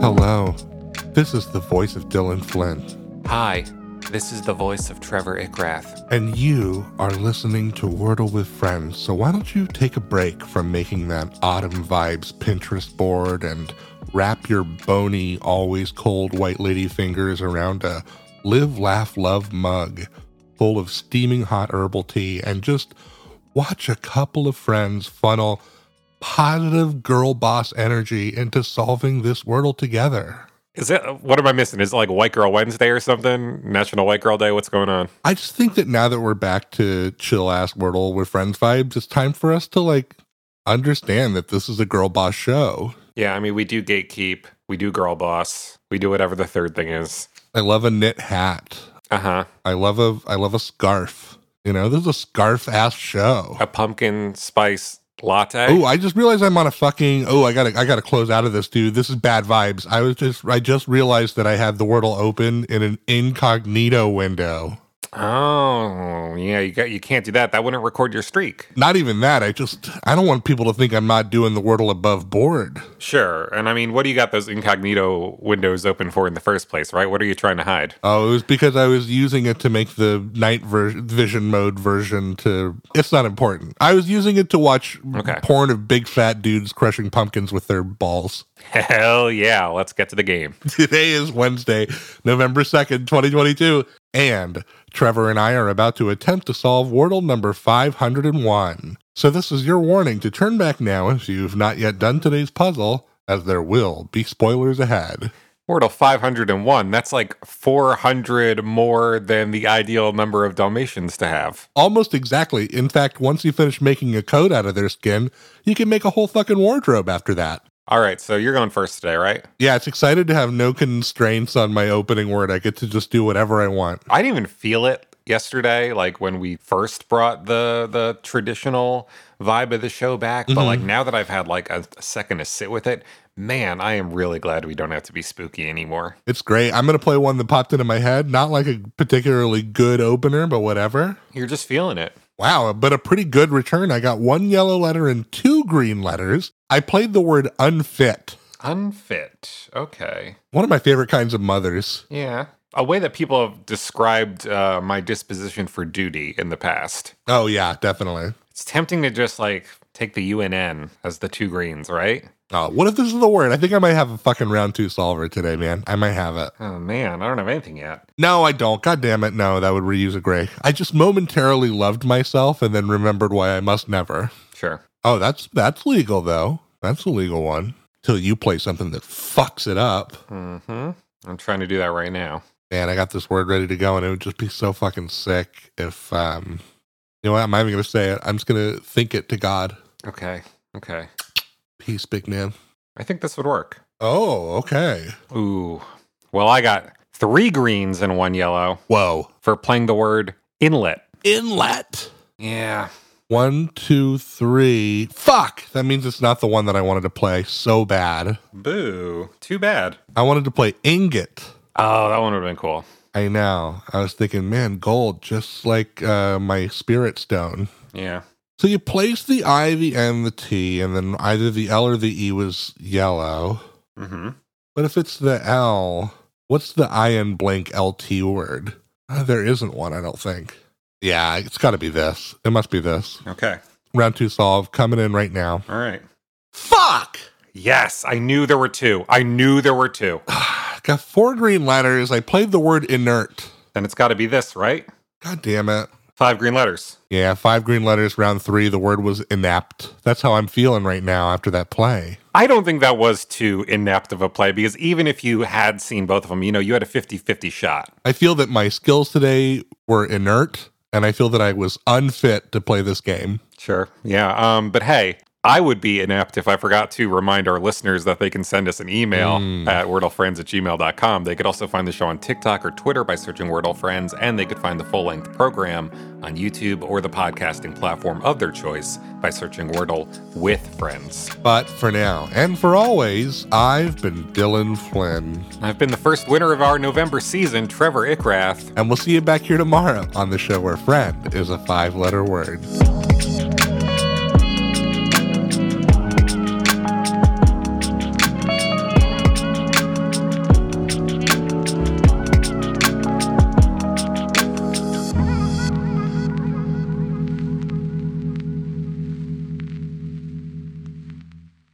Hello. This is the voice of Dylan Flint, Hi, this is the voice of Trevor Ickrath. and you are listening to Wordle with Friends. So why don't you take a break from making that autumn vibes Pinterest board and wrap your bony, always cold white lady fingers around a live, laugh, love mug full of steaming hot herbal tea and just watch a couple of friends funnel positive girl boss energy into solving this Wordle together. Is that what am I missing? Is it like White Girl Wednesday or something? National White Girl Day? What's going on? I just think that now that we're back to chill ass Wordle with friends vibes, it's time for us to like understand that this is a girl boss show. Yeah, I mean, we do gatekeep, we do girl boss, we do whatever the third thing is. I love a knit hat. Uh huh. I love a I love a scarf. You know, this is a scarf ass show. A pumpkin spice latte. Oh, I just realized I'm on a fucking oh, I gotta I gotta close out of this, dude. This is bad vibes. I was just I just realized that I had the Wordle open in an incognito window. oh, yeah. You got. You can't do that. That wouldn't record your streak. Not even that. I just I don't want people to think I'm not doing the Wordle above board. Sure. And I mean, what do you got those incognito windows open for in the first place, right? What are you trying to hide? Oh, it was because I was using it to make the night ver- vision mode version to. It's not important. I was using it to watch Okay. porn of big fat dudes crushing pumpkins with their balls. Hell yeah. Let's get to the game. Today is Wednesday, November 2nd, 2022, and Trevor and I are about to attempt to solve Wordle number 501. So, this is your warning to turn back now if you've not yet done today's puzzle, as there will be spoilers ahead. Wordle 501. That's like 400 more than the ideal number of Dalmatians to have. Almost exactly. In fact, once you finish making a coat out of their skin, you can make a whole fucking wardrobe after that. All right, so you're going first today, right? Yeah, it's excited to have no constraints on my opening word. I get to just do whatever I want. I didn't even feel it yesterday, like when we first brought the the traditional vibe of the show back. But like now that I've had like a, a second to sit with it, man, I am really glad we don't have to be spooky anymore. It's great. I'm going to play one that popped into my head. Not like a particularly good opener, but whatever. You're just feeling it. Wow, but a pretty good return. I got one yellow letter and two green letters. I played the word unfit. Unfit. Okay. One of my favorite kinds of mothers. Yeah. A way that people have described uh, my disposition for duty in the past. Oh, yeah, definitely. It's tempting to just like take the UNN as the two greens, right? Oh, what if this is the word? I think I might have a fucking round two solver today, man. I might have it. Oh man, I don't have anything yet. No, I don't. God damn it. No, that would reuse a gray. I just momentarily loved myself and then remembered why I must never. Sure. Oh, that's that's legal though. That's a legal one. Till you play something that fucks it up. Mm-hmm. I'm trying to do that right now. Man, I got this word ready to go and it would just be so fucking sick if um you know what, I'm not even gonna say it. I'm just gonna think it to God. Okay. Okay. Peace, big man. I think this would work. Oh, okay. Ooh. Well, I got three greens and one yellow Whoa. for playing the word inlet. Inlet. Yeah. One, two, three. Fuck! That means it's not the one that I wanted to play so bad. Boo. Too bad. I wanted to play ingot. Oh, that one would have been cool. I know. I was thinking, man, gold, just like uh, my spirit stone. Yeah. So you place the I, the N, the T, and then either the L or the E was yellow. Mm-hmm. But if it's the L, what's the I N blank LT word? Uh, there isn't one, I don't think. Yeah, it's got to be this. It must be this. Okay. Round two solve coming in right now. All right. Fuck! Yes, I knew there were two. I knew there were two. Got four green letters. I played the word inert. Then it's got to be this, right? God damn it. Five green letters. Yeah, five green letters, round three. The word was inapt. That's how I'm feeling right now after that play. I don't think that was too inept of a play because even if you had seen both of them, you know, you had a 50 50 shot. I feel that my skills today were inert, and I feel that I was unfit to play this game. Sure. Yeah. Um, but hey, I would be inept if I forgot to remind our listeners that they can send us an email at wordlefriends at gmail.com. They could also find the show on TikTok or Twitter by searching Wordle Friends, and they could find the full length program on YouTube or the podcasting platform of their choice by searching Wordle with Friends. But for now and for always, I've been Dylan Flynn, I've been the first winner of our November season, Trevor Ickrath. and we'll see you back here tomorrow on the show where friend is a five letter word.